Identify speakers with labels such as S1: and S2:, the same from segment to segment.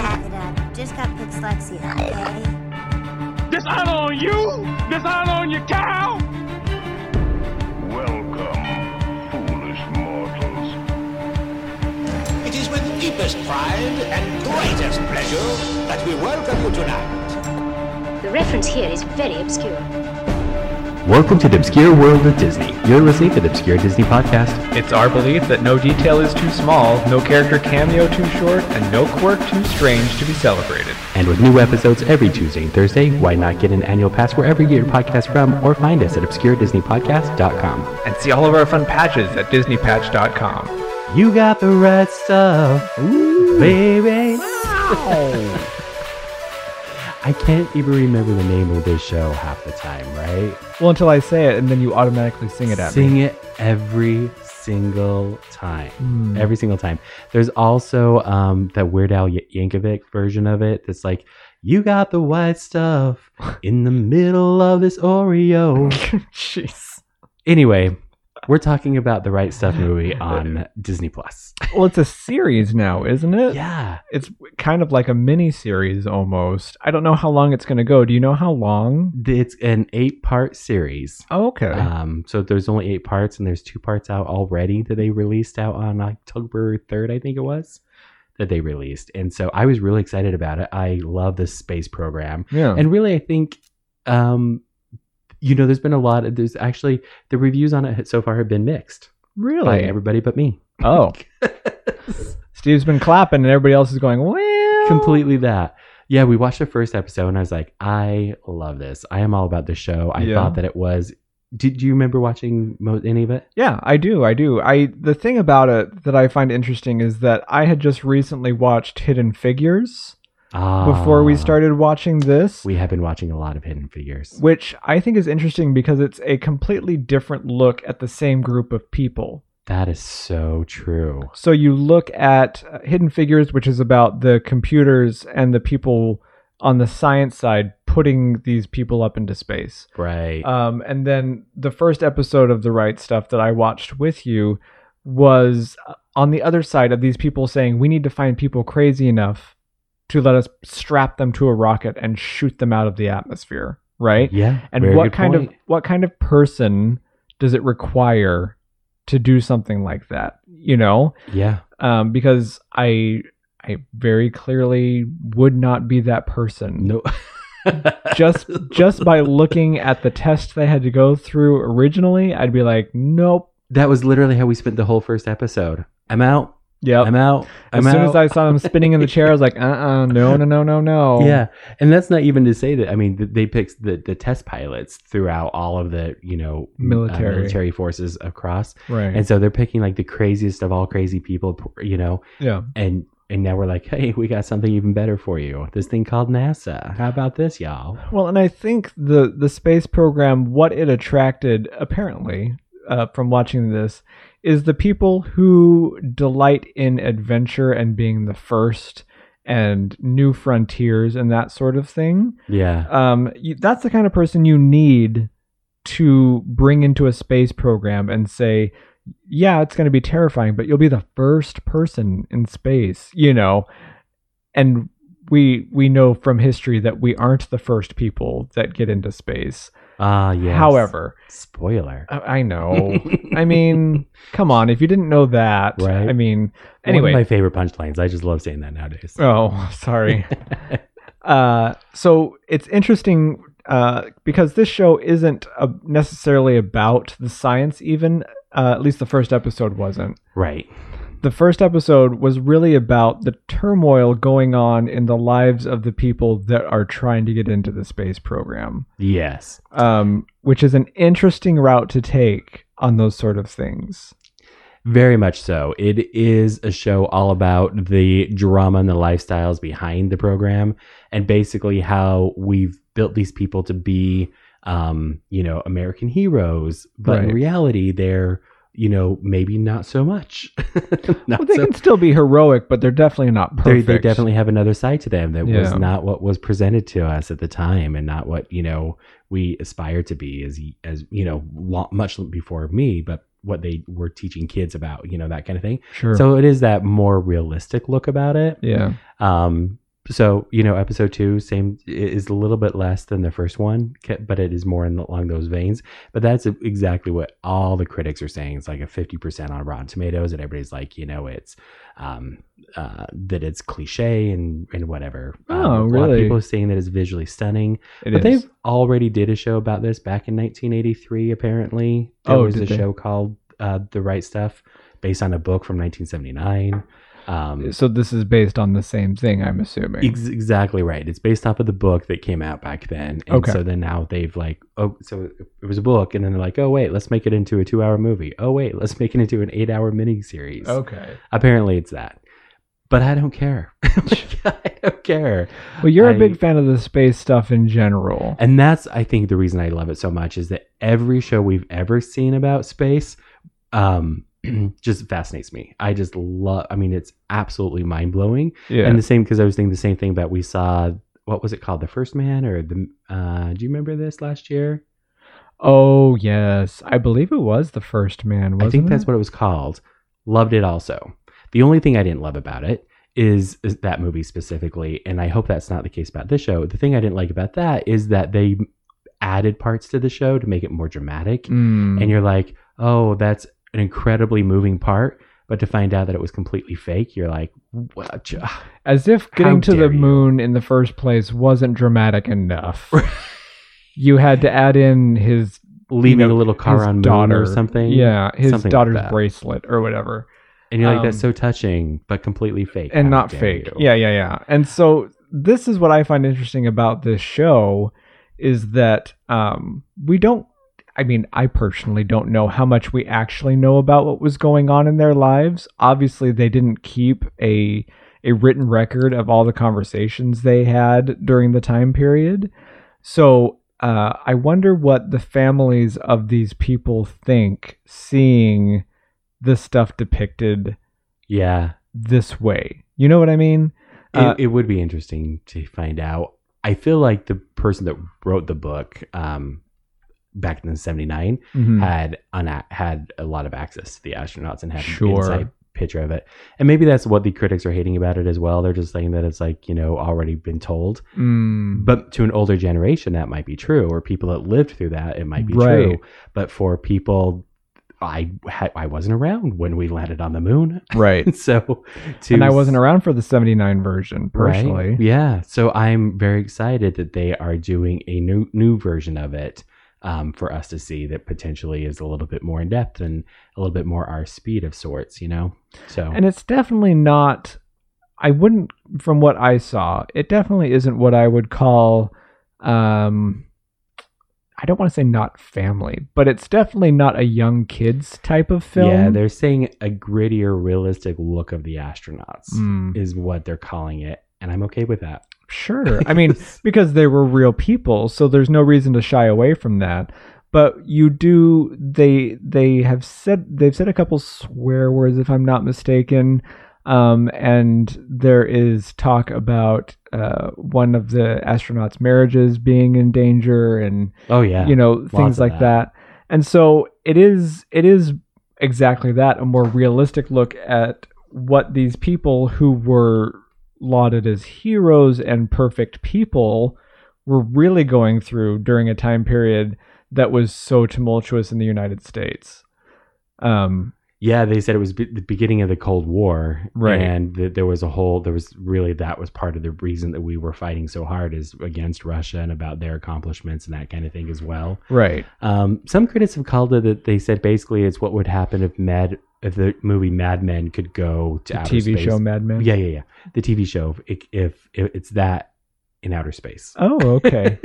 S1: uh, just got dyslexia, okay?
S2: Dishonor on you? Dishonor on your cow?
S3: Welcome, foolish mortals.
S4: It is with deepest pride and greatest pleasure that we welcome you tonight.
S1: The reference here is very obscure.
S5: Welcome to the obscure world of Disney. You're listening to the Obscure Disney Podcast.
S6: It's our belief that no detail is too small, no character cameo too short, and no quirk too strange to be celebrated.
S5: And with new episodes every Tuesday and Thursday, why not get an annual pass wherever you get your podcast from or find us at obscuredisneypodcast.com.
S6: And see all of our fun patches at DisneyPatch.com.
S5: You got the right stuff, baby. I can't even remember the name of this show half the time, right?
S6: Well, until I say it, and then you automatically sing it at
S5: Sing
S6: me.
S5: it every single time. Every single time. There's also um, that Weird Al Y- Yankovic version of it that's like, you got the white stuff in the middle of this Oreo.
S6: Jeez.
S5: anyway, we're talking about the Right Stuff movie on Disney Plus.
S6: Well, it's a series now, isn't it?
S5: Yeah.
S6: It's kind of like a mini series almost. I don't know how long it's going to go. Do you know how long?
S5: It's an eight part series.
S6: Oh, okay.
S5: Um, so there's only eight parts, and there's two parts out already that they released out on October 3rd, I think it was, that they released. And so I was really excited about it. I love this space program.
S6: yeah.
S5: And really, I think, um, you know, there's been a lot of, there's actually, the reviews on it so far have been mixed by
S6: really?
S5: everybody but me.
S6: oh. Steve's been clapping, and everybody else is going, well.
S5: completely that. Yeah, we watched the first episode and I was like, I love this. I am all about the show. I
S6: Yeah.
S5: thought that it was. Did you remember watching mo- any of it?
S6: Yeah, I do. I do. I the thing about it that I find interesting is that I had just recently watched Hidden Figures before we
S5: Ah,
S6: started watching this,
S5: we have been watching a lot of Hidden Figures.
S6: which I think is interesting because it's a completely different look at the same group of people.
S5: That is so true.
S6: So you look at uh, Hidden Figures, which is about the computers and the people on the science side putting these people up into space.
S5: Right.
S6: Um, and then the first episode of the right stuff that I watched with you was uh, on the other side of these people saying we need to find people crazy enough to let us strap them to a rocket and shoot them out of the atmosphere, right?
S5: yeah. Mm-hmm.
S6: And
S5: very
S6: what
S5: good
S6: kind of
S5: point.
S6: what kind of person does it require to do something like that? You know,
S5: Yeah.
S6: um, because I I very clearly would not be that person
S5: No.
S6: just just by looking at the test they had to go through originally, I'd be like, nope,
S5: that was literally how we spent the whole first episode. I'm out.
S6: yep.
S5: I'm out. I'm
S6: as soon
S5: out.
S6: as I saw them spinning in the chair, I was like, uh, uh no, no, no, no, no.
S5: Yeah, and that's not even to say that. I mean, th- they picked the the test pilots throughout all of the you know m- uh,
S6: Military.
S5: military forces across,
S6: right.
S5: and so they're picking like the craziest of all crazy people, p- you know,
S6: yeah,
S5: and and now we're like, hey, we got something even better for you. This thing called NASA. How about this, y'all?
S6: well, and I think the the space program, what it attracted apparently uh, from watching this, is the people who delight in adventure and being the first and new frontiers and that sort of thing.
S5: Yeah,
S6: um, you, that's the kind of person you need to bring into a space program and say, yeah, it's going to be terrifying, but you'll be the first person in space, you know. And we we know from history that we aren't the first people that get into space.
S5: ah, yes.
S6: However, uh,
S5: spoiler.
S6: I, I know. I mean, come on, if you didn't know that,
S5: Right.
S6: I mean,
S5: One
S6: anyway,
S5: of my favorite punchlines. I just love saying that nowadays.
S6: Oh, sorry. uh, so it's interesting uh, because this show isn't uh, necessarily about the science, even. Uh, at least the first episode wasn't.
S5: Right.
S6: The first episode was really about the turmoil going on in the lives of the people that are trying to get into the space program,
S5: Yes.
S6: um, which is an interesting route to take on those sort of things.
S5: Very much so. It is a show all about the drama and the lifestyles behind the program, and basically how we've built these people to be, um, you know, American heroes, but in
S6: Right.
S5: reality, they're, you know, maybe not so much. Not
S6: Well, they
S5: Ah, so-
S6: can still be heroic, but they're definitely not
S5: they,
S6: perfect.
S5: they definitely have another side to them that was
S6: Yeah.
S5: not what was presented to us at the time, and not what you know we aspire to be as as you know lo- much before me, but what they were teaching kids about, you know, that kind of thing.
S6: sure.
S5: So it is that more realistic look about it.
S6: yeah.
S5: Um, so you know episode two same is a little bit less than the first one ca- but it is more in, along those veins but that's e, exactly what all the critics are saying it's like a 50% on rotten tomatoes and everybody's like you know it's um, uh, that it's cliche and, and whatever Um,
S6: Oh,
S5: a lot of
S6: really?
S5: people are saying that it's visually stunning
S6: It
S5: but
S6: is.
S5: they've already did a show about this back in 1983 apparently there
S6: Oh,
S5: was
S6: did
S5: a
S6: they?
S5: show called uh, the right stuff based on a book from 1979 um,
S6: So this is based on the same thing, I'm assuming.
S5: Ex- exactly right. It's based off of the book that came out back then. And
S6: Okay.
S5: so then now they've like, oh, so it was a book, and then they're like, oh wait, let's make it into a two-hour movie. Oh wait, let's make it into an eight-hour miniseries.
S6: okay.
S5: Apparently, it's that. But I don't care. Like, I don't care.
S6: Well, you're a
S5: I-
S6: big fan of the space stuff in general.
S5: And that's, I think, the reason I love it so much is that every show we've ever seen about space um, just fascinates me. I just love, I mean, it's absolutely mind blowing.
S6: yeah.
S5: And the same because I was thinking the same thing that we saw. What was it called? The First Man or the? Uh, do you remember this last year?
S6: oh yes, I believe it was the first man. Wasn't
S5: I think that's
S6: it?
S5: what it was called. Loved it also. The only thing I didn't love about it is, is that movie specifically, and I hope that's not the case about this show. The thing I didn't like about that is that they added parts to the show to make it more dramatic,
S6: Mm.
S5: and you're like, oh, that's an incredibly moving part. But to find out that it was completely fake, you're like, what?
S6: As if getting to the
S5: dare you.
S6: moon in the first place wasn't dramatic enough. you had to add in his
S5: leaving
S6: You know,
S5: a little car
S6: his
S5: on moon
S6: daughter
S5: or something.
S6: Yeah, his
S5: Something like
S6: daughter's
S5: that.
S6: bracelet or whatever,
S5: And you're like, that's
S6: Um,
S5: so touching, but completely fake.
S6: and
S5: How
S6: not
S5: dare
S6: fake.
S5: you.
S6: Yeah, yeah, yeah. And so this is what I find interesting about this show is that um, we don't. I mean, I personally don't know how much we actually know about what was going on in their lives. Obviously, they didn't keep a a written record of all the conversations they had during the time period. So uh, I wonder what the families of these people think seeing this stuff depicted
S5: Yeah.
S6: this way. You know what I mean?
S5: It,
S6: Uh,
S5: it would be interesting to find out. I feel like the person that wrote the book um, back in 79
S6: Hmm. Mm-hmm.
S5: had una- had a lot of access to the astronauts and had an
S6: Sure.
S5: inside picture of it. And maybe that's what the critics are hating about it as well. They're just saying that it's like, you know, already been told.
S6: Mm.
S5: But to an older generation, that might be true, or people that lived through that, it might be
S6: Right.
S5: true. But for people, I ha- I wasn't around when we landed on the moon,
S6: right.
S5: so to
S6: and I wasn't around for the 79 version
S5: right?
S6: personally.
S5: Yeah, so I'm very excited that they are doing a new new version of it um, for us to see that potentially is a little bit more in depth and a little bit more our speed of sorts, you know. So
S6: And it's definitely not I wouldn't from what I saw, it definitely isn't what I would call um I don't want to say not family, but it's definitely not a young kids type of film.
S5: yeah, they're saying a grittier, realistic look of the astronauts
S6: Mm,
S5: is what they're calling it, and I'm okay with that.
S6: sure. I mean, because they were real people, so there's no reason to shy away from that. But you do they they have said they've said a couple swear words if I'm not mistaken. Um, and there is talk about uh, one of the astronauts' marriages being in danger, and
S5: oh yeah,
S6: you know
S5: lots
S6: things
S5: of
S6: like that. And so it is it is exactly that a more realistic look at what these people who were lauded as heroes and perfect people were really going through during a time period that was so tumultuous in the United States. Um,
S5: Yeah, they said it was be- the beginning of the Cold War,
S6: Right.
S5: And that there was a whole, there was really that was part of the reason that we were fighting so hard is against Russia and about their accomplishments and that kind of thing as well.
S6: right.
S5: Um, some critics have called it that they said basically it's what would happen if Mad, if the movie Mad Men could go to
S6: The
S5: outer
S6: TV
S5: space.
S6: show Mad Men.
S5: yeah, yeah, yeah. The TV show, if, if, if it's that in outer space.
S6: Oh, okay.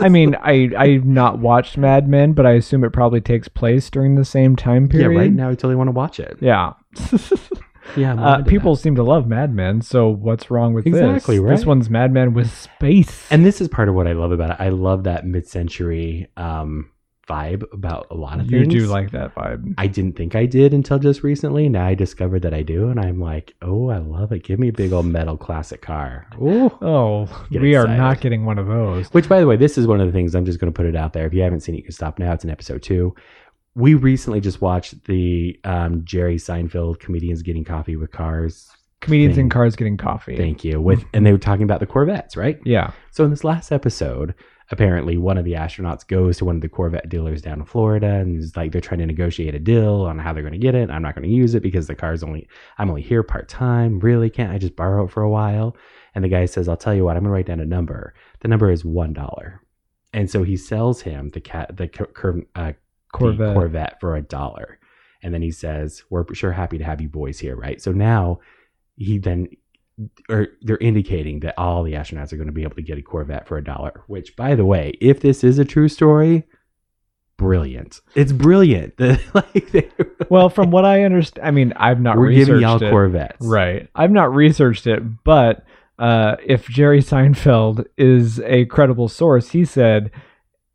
S6: I mean, I I've not watched Mad Men, but I assume it probably takes place during the same time
S5: yeah,
S6: period.
S5: right now I totally want to watch it.
S6: Yeah.
S5: Yeah, I'm
S6: uh,
S5: into that.
S6: people seem to love Mad Men, so what's wrong with
S5: Exactly,
S6: this? This
S5: right?
S6: one's Mad Men with space.
S5: And this is part of what I love about it. I love that mid-century um, vibe about a lot of
S6: you
S5: things.
S6: do like that vibe.
S5: I didn't think I did until just recently. Now I discovered that I do, and I'm like, oh, I love it. Give me a big old metal classic car. Ooh.
S6: Oh,
S5: Get
S6: we are
S5: excited.
S6: not getting one of those.
S5: Which, by the way, this is one of the things I'm just going to put it out there. If you haven't seen it, you can stop now. It's in episode two. We recently just watched the um, Jerry Seinfeld comedians getting coffee with cars
S6: comedians in
S5: Thank-
S6: cars getting coffee.
S5: Thank you. With and they were talking about the Corvettes, right?
S6: Yeah.
S5: So in this last episode, apparently one of the astronauts goes to one of the Corvette dealers down in Florida and is like they're trying to negotiate a deal on how they're going to get it. I'm not going to use it because the car's only I'm only here part time. Really, can't I just borrow it for a while? And the guy says, "I'll tell you what. I'm going to write down a number. The number is one dollar." And so he sells him the cat the cor- cor- uh, the
S6: Corvette.
S5: Corvette for a dollar. And then he says, "We're sure happy to have you boys here, right?" So now he then or they're indicating that all the astronauts are going to be able to get a Corvette for a dollar. Which, by the way, if this is a true story, brilliant. It's brilliant. The- like they
S6: Well, from what I understand, I mean, I've not
S5: we're
S6: researched
S5: giving y'all
S6: it.
S5: Corvettes,
S6: Right. I've not researched it, but uh, if Jerry Seinfeld is a credible source, he said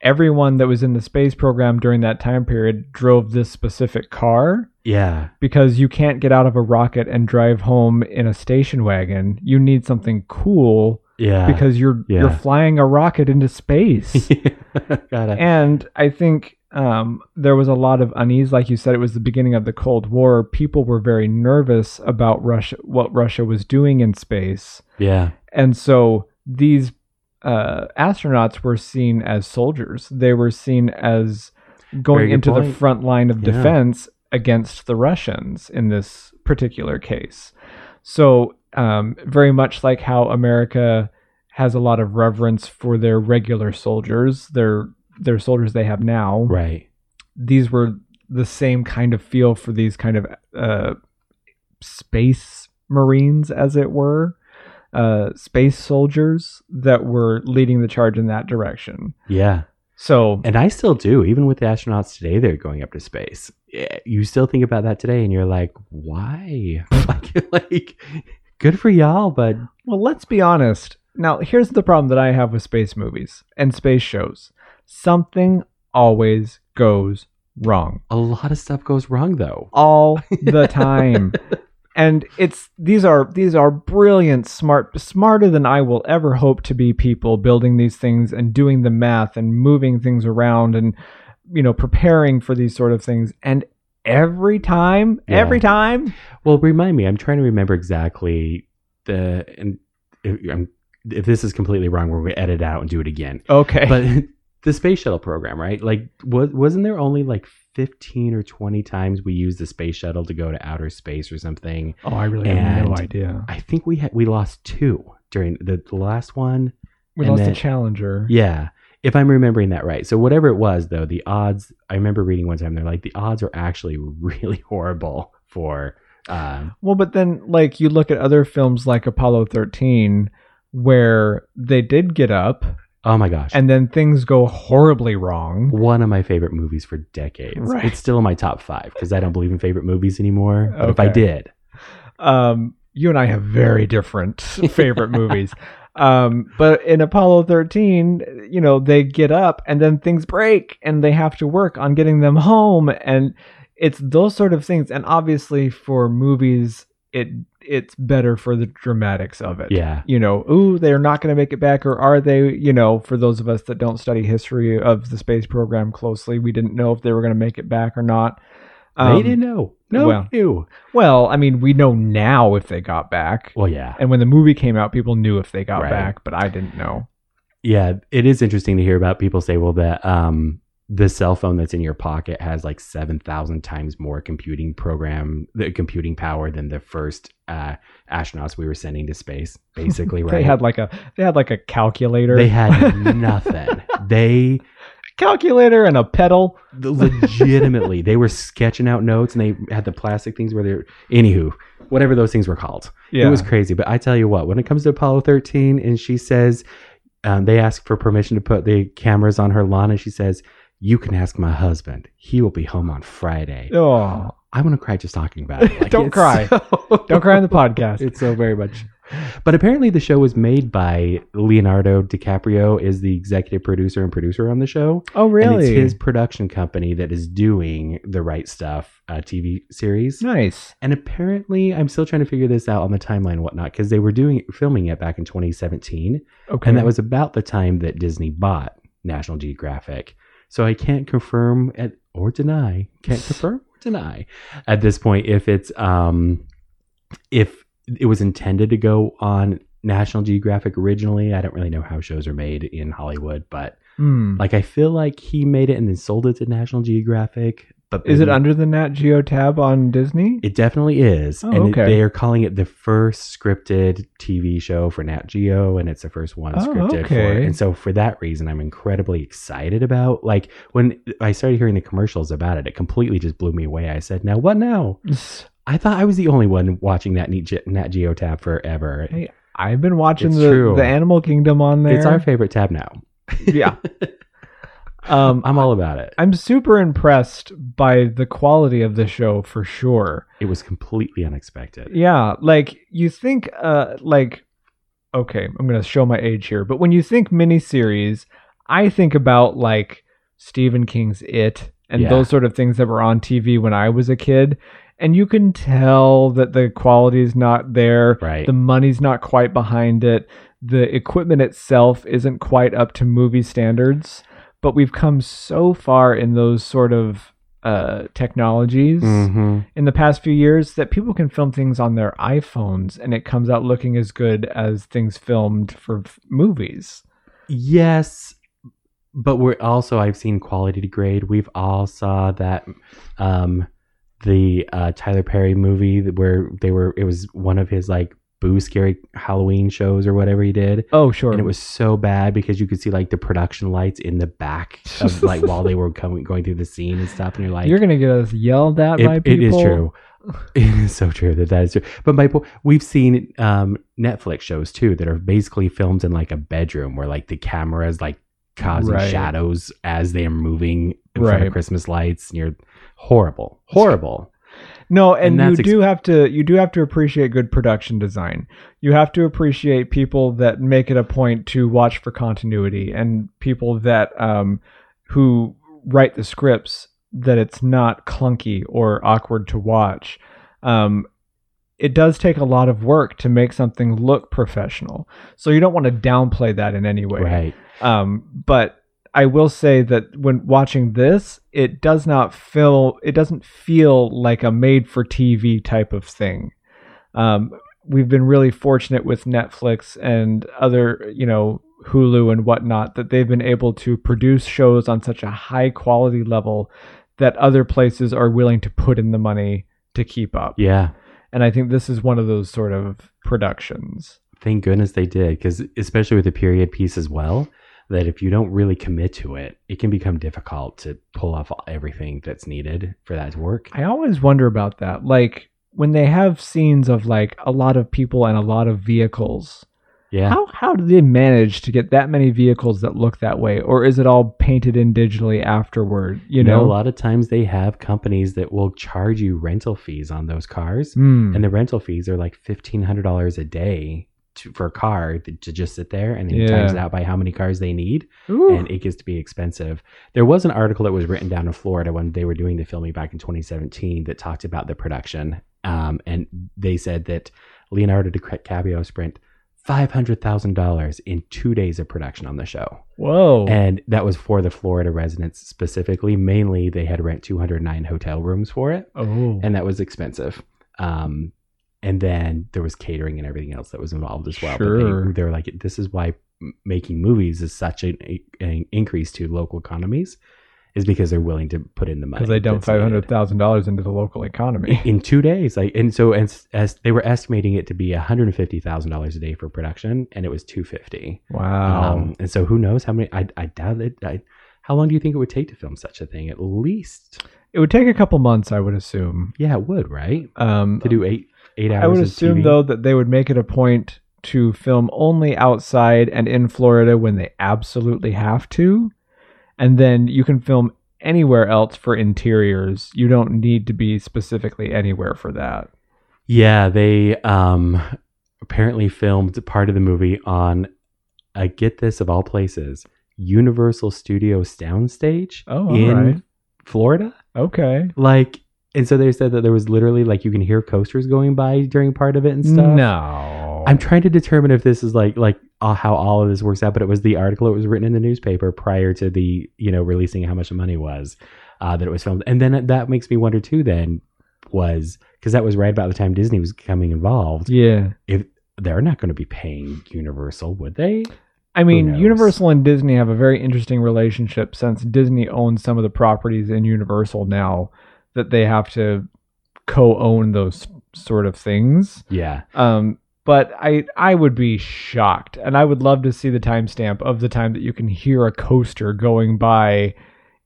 S6: everyone that was in the space program during that time period drove this specific car
S5: Yeah,
S6: because you can't get out of a rocket and drive home in a station wagon. You need something cool
S5: yeah.
S6: because you're you're
S5: yeah.
S6: flying a rocket into space.
S5: gotta
S6: and I think um, there was a lot of unease, like you said, it was the beginning of the Cold War. People were very nervous about Russia, what Russia was doing in space,
S5: yeah,
S6: and so these uh, astronauts were seen as soldiers. They were seen as
S5: Very
S6: going
S5: good
S6: into the
S5: point.
S6: front line of
S5: Yeah.
S6: defense against the Russians in this particular case. So, um, very much like how America has a lot of reverence for their regular soldiers, their their soldiers they have now.
S5: right.
S6: These were the same kind of feel for these kind of uh, space marines, as it were, uh, space soldiers that were leading the charge in that direction.
S5: Yeah,
S6: So,
S5: and I still do. Even with the astronauts today, they're going up to space. Yeah, You still think about that today, and you're like, why? like, like, good for y'all, but
S6: Well, let's be honest. Now, here's the problem that I have with space movies and space shows something always goes wrong,
S5: a lot of stuff goes wrong though.
S6: all the time. And it's these are these are brilliant, smart, smarter than I will ever hope to be people building these things and doing the math and moving things around and you know preparing for these sort of things. And every time,
S5: Yeah.
S6: every time,
S5: Well, remind me. I'm trying to remember exactly the and if, I'm, if this is completely wrong, we're going to edit out and do it again.
S6: okay,
S5: But the space shuttle program, right? Like, was wasn't there only like 15 or 20 times we used the space shuttle to go to outer space or something?
S6: oh, I really
S5: have no
S6: idea.
S5: I think we had we lost two during the, the last one.
S6: We
S5: And
S6: lost
S5: then-
S6: the Challenger.
S5: Yeah. If I'm remembering that right. So whatever it was though, the odds I remember reading one time they're like the odds are actually really horrible for um
S6: Well, but then like you look at other films like Apollo 13 where they did get up
S5: oh my gosh.
S6: and then things go horribly wrong.
S5: one of my favorite movies for decades.
S6: Right.
S5: It's still in my top five because I don't believe in favorite movies anymore. But if I
S6: Okay.
S5: did,
S6: Um you and I have very different favorite movies. Um but in Apollo 13, you know, they get up and then things break and they have to work on getting them home and it's those sort of things and obviously for movies it it's better for the dramatics of it.
S5: yeah,
S6: you know, ooh, they're not going to make it back, or are they? You know, for those of us that don't study history of the space program closely, we didn't know if they were going to make it back or not. Um,
S5: they didn't know. No,
S6: well-
S5: well, knew.
S6: Well, I mean, we know now if they got back,
S5: Well, yeah,
S6: and when the movie came out, people knew if they got
S5: Right.
S6: back, but I didn't know.
S5: yeah. It is interesting to hear about people say, well, that um, the cell phone that's in your pocket has like seven thousand times more computing program, the computing power than the first uh, astronauts we were sending to space. Basically, right?
S6: They had like a they had like a calculator,
S5: They had nothing. they
S6: calculator and a pedal.
S5: The- legitimately they were sketching out notes and they had the plastic things where they're anywho whatever those things were called
S6: Yeah,
S5: it was crazy but i tell you what when it comes to apollo 13 and she says um, they ask for permission to put the cameras on her lawn and she says you can ask my husband he will be home on friday
S6: oh,
S5: i'm going to cry just talking about it Like,
S6: Don't
S5: it's
S6: cry.
S5: so-
S6: don't cry on the podcast.
S5: it's so very much. But apparently, the show was made by Leonardo DiCaprio is the executive producer and producer on the show.
S6: Oh,
S5: And it's
S6: really?
S5: his production company that is doing the right stuff uh, TV series.
S6: nice.
S5: And apparently, I'm still trying to figure this out on the timeline and whatnot because they were doing filming it back in 2017,
S6: Okay,
S5: and that was about the time that Disney bought National Geographic. So I can't confirm at, or deny. Can't confirm or deny at this point if it's um if it was intended to go on National Geographic originally. I don't really know how shows are made in Hollywood, but
S6: Hmm.
S5: like I feel like he made it and then sold it to National Geographic. But
S6: Is it
S5: maybe-
S6: under the Nat Geo tab on Disney?
S5: It definitely is,
S6: Oh,
S5: and it-
S6: okay.
S5: they are calling it the first scripted TV show for Nat Geo, and it's the first one
S6: Oh,
S5: scripted. For,
S6: okay.
S5: and so, for that reason, I'm incredibly excited about. Like when I started hearing the commercials about it, it completely just blew me away. I said, "Now what? Now I thought I was the only one watching that Nat Ge- Nat Geo tab forever.
S6: Hey, I've been watching
S5: It's
S6: the,
S5: true.
S6: the Animal Kingdom on there.
S5: It's our favorite tab now.
S6: yeah. Um,
S5: I'm all about it.
S6: I'm super impressed by the quality of the show for sure.
S5: It was completely unexpected.
S6: Yeah, like you think, uh, like, okay, I'm gonna show my age here, but when you think miniseries, I think about like Stephen King's It and
S5: Yeah.
S6: those sort of things that were on TV when I was a kid, and you can tell that the quality is not there.
S5: Right.
S6: The money's not quite behind it. The equipment itself isn't quite up to movie standards, but we've come so far in those sort of uh, technologies
S5: hmm
S6: in the past few years that people can film things on their iPhones and it comes out looking as good as things filmed for f- movies.
S5: Yes, but we're also I've seen quality degrade. We've all saw that um the uh Tyler Perry movie that where they were it was one of his like boo scary Halloween shows or whatever he did.
S6: Oh, sure.
S5: And it was so bad because you could see like the production lights in the back of like while they were coming going through the scene and stuff and you're like
S6: You're going to get us yelled at by
S5: it, it
S6: people.
S5: is true. It is so true that that is true. But my po- we've seen um, Netflix shows too that are basically filmed in like a bedroom where like the camera is like causing
S6: Right.
S5: shadows as they are moving in front
S6: Right.
S5: of Christmas lights, and you're horrible, horrible.
S6: No,
S5: And
S6: and,
S5: that's
S6: you
S5: ex-
S6: do have to you do have to appreciate good production design. You have to appreciate people that make it a point to watch for continuity and people that um who write the scripts that it's not clunky or awkward to watch. Um it does take a lot of work to make something look professional. So you don't want to downplay that in any way.
S5: Right?
S6: Um, but I will say that when watching this, it does not feel it doesn't feel like a made for TV type of thing. Um, we've been really fortunate with Netflix and other, you know, Hulu and whatnot that they've been able to produce shows on such a high quality level that other places are willing to put in the money to keep up.
S5: Yeah.
S6: And I think this is one of those sort of productions.
S5: Thank goodness they did because especially with the period piece as well. That if you don't really commit to it, it can become difficult to pull off everything that's needed for that to work.
S6: I always wonder about that. Like when they have scenes of like a lot of people and a lot of vehicles,
S5: Yeah.
S6: how how do they manage to get that many vehicles that look that way, or is it all painted in digitally afterward? You know,
S5: a lot of times they have companies that will charge you rental fees on those cars,
S6: Hmm.
S5: and the rental fees are like fifteen hundred dollars a day to, for a car to, to just sit there, and then you times
S6: Yeah.
S5: it out by how many cars they need,
S6: Ooh.
S5: and it gets to be expensive. There was an article that was written down in Florida when they were doing the filming back in 2017 that talked about the production, um, and they said that Leonardo DiCaprio spent five hundred thousand dollars in two days of production on the show.
S6: whoa,
S5: And that was for the Florida residents specifically. Mainly, they had rent 209 hotel rooms for it,
S6: oh,
S5: and uh, that was expensive. Um, and then there was catering and everything else that was involved as well. But
S6: Sure.
S5: they, they were like, this is why m- making movies is such an, an increase to local economies, is because they're willing to put in the money.
S6: because they dumped
S5: that's needed
S6: five hundred thousand dollars into the local economy.
S5: in two days. Like, and so as, as they were estimating it to be $150,000 a day for production, and it was 250.
S6: wow,
S5: Um, and so who knows how many? I, I doubt it. I, how long do you think it would take to film such a thing? At least,
S6: it would take a couple months, I would assume.
S5: yeah, it would, right?
S6: Um,
S5: To do eight eight hours.
S6: I would
S5: of
S6: assume
S5: TV?
S6: though that they would make it a point to film only outside and in Florida when they absolutely have to, and then you can film anywhere else for interiors. You don't need to be specifically anywhere for that.
S5: Yeah, they um apparently filmed part of the movie on uh, get this of all places, Universal Studios soundstage
S6: Oh,
S5: in
S6: alright.
S5: Florida.
S6: Okay.
S5: Like, and so they said that there was literally like you can hear coasters going by during part of it and stuff.
S6: No.
S5: I'm trying to determine if this is like like uh, how all of this works out, but it was the article that was written in the newspaper prior to the you know releasing how much the money was uh, that it was filmed, and then that makes me wonder too. Then was because that was right about the time Disney was becoming involved.
S6: Yeah.
S5: They're not going to be paying Universal, would they?
S6: I mean,
S5: knows?
S6: Universal and Disney have a very interesting relationship since Disney owns some of the properties in Universal now that they have to co-own those sort of things.
S5: Yeah.
S6: Um, but I I would be shocked, and I would love to see the timestamp of the time that you can hear a coaster going by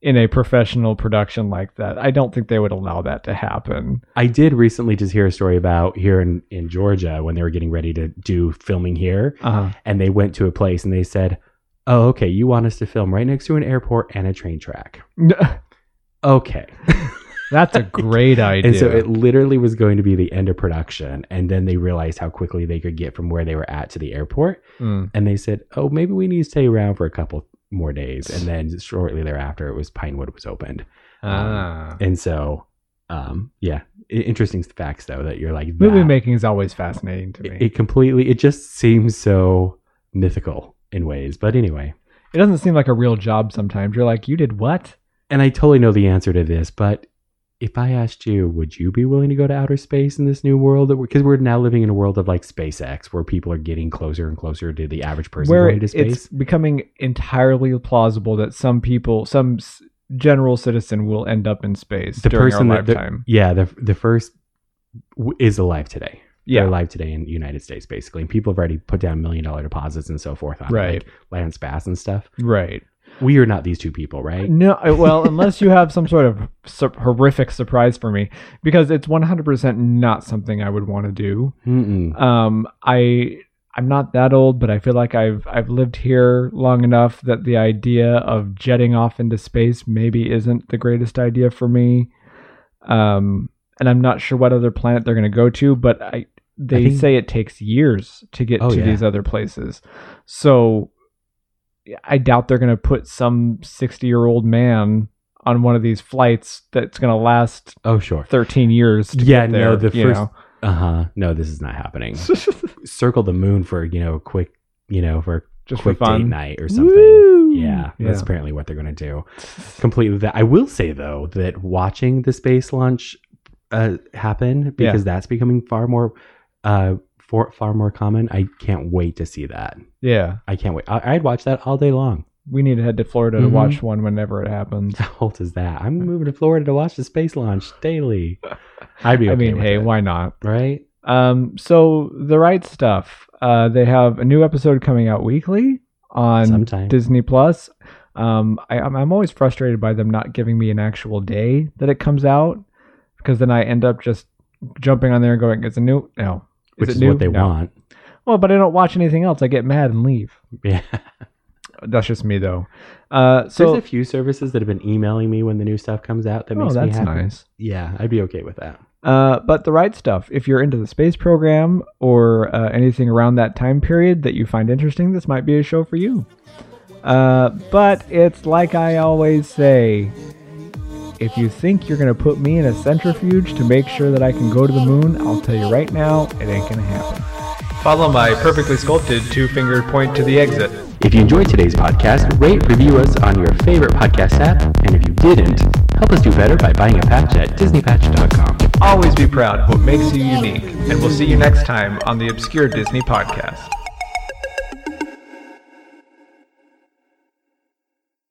S6: in a professional production like that. I don't think they would allow that to happen.
S5: I did recently just hear a story about here in, in Georgia when they were getting ready to do filming here.
S6: Uh,
S5: and they went to a place and they said, "Oh, okay, you want us to film right next to an airport and a train track." Okay.
S6: that's a great idea.
S5: And so it literally was going to be the end of production, and then they realized how quickly they could get from where they were at to the airport,
S6: Mm.
S5: and they said, "Oh, maybe we need to stay around for a couple more days." And then shortly thereafter, it was Pinewood was opened,
S6: Ah.
S5: and so, um, yeah, I- interesting facts though that you're like
S6: Movie
S5: that-
S6: making is always fascinating to me.
S5: It, it completely. It just seems so mythical in ways, but anyway.
S6: It doesn't seem like a real job sometimes. You're like, you did what?
S5: and I totally know the answer to this, but if I asked you, would you be willing to go to outer space in this new world? Because we're now living in a world of like SpaceX, where people are getting closer and closer to the average person
S6: Where
S5: going to
S6: it's
S5: space.
S6: becoming entirely plausible that some people, some s- general citizen, will end up in space
S5: The
S6: during
S5: person
S6: our
S5: that the-
S6: lifetime.
S5: yeah, the the first w- is alive today.
S6: yeah,
S5: They're alive today in the United States, basically, and people have already put down million dollar deposits and so forth on
S6: Right.
S5: like land spas and stuff.
S6: right.
S5: We are not these two people, right?
S6: No, I- well, unless you have some sort of sur- horrific surprise for me, because it's 100% not something I would want to do.
S5: Mm-mm.
S6: Um, I I'm not that old, but I feel like I've I've lived here long enough that the idea of jetting off into space maybe isn't the greatest idea for me. Um, and I'm not sure what other planet they're going to go to, but I they
S5: think-
S6: say it takes years to get
S5: Oh,
S6: to
S5: yeah.
S6: these other places. So I doubt they're going to put some 60-year-old man on one of these flights that's going to last
S5: Oh, sure.
S6: 13 years to
S5: Yeah,
S6: get there.
S5: no, the
S6: you
S5: first-
S6: know?
S5: Uh huh. No, this is not happening. Circle the moon for you know a quick you know for
S6: just for
S5: quick date
S6: fun.
S5: night or something.
S6: Woo!
S5: Yeah, that's
S6: Yeah.
S5: apparently what they're going to do. Completely. That I will say though that watching the space launch uh, happen because that's becoming far more uh, for, far more common. I can't wait to see that.
S6: Yeah.
S5: I can't wait. I, I'd watch that all day long.
S6: We need to head to Florida
S5: Mhm.
S6: to watch one whenever it happens.
S5: How old is that? I'm moving to Florida to watch the space launch daily. I'd be.
S6: I
S5: Okay
S6: mean,
S5: with
S6: hey,
S5: it,
S6: why not?
S5: right?
S6: Um, so the right stuff. Uh, they have a new episode coming out weekly on
S5: Sometime.
S6: Disney Plus. Um, I, I'm, I'm always frustrated by them not giving me an actual day that it comes out because then I end up just jumping on there and going, "It's a new no."
S5: Which
S6: it
S5: is
S6: new?
S5: what they
S6: No.
S5: want.
S6: Well, but I don't watch anything else. I get mad and leave.
S5: Yeah.
S6: That's just me though. Uh, so
S5: There's a few services that have been emailing me when the new stuff comes out. That
S6: oh,
S5: makes
S6: that's
S5: me happy.
S6: nice.
S5: Yeah, I'd be okay with that.
S6: Uh, but the right stuff. If you're into the space program or uh, anything around that time period that you find interesting, this might be a show for you. Uh, but it's like I always say if you think you're going to put me in a centrifuge to make sure that I can go to the moon, I'll tell you right now, it ain't going to happen. Follow my perfectly sculpted two fingered point to the exit.
S5: If you enjoyed today's podcast, rate, review us on your favorite podcast app, and if you didn't, help us do better by buying a patch at disneypatch.com.
S6: Always be proud of what makes you unique, and we'll see you next time on the Obscure Disney Podcast.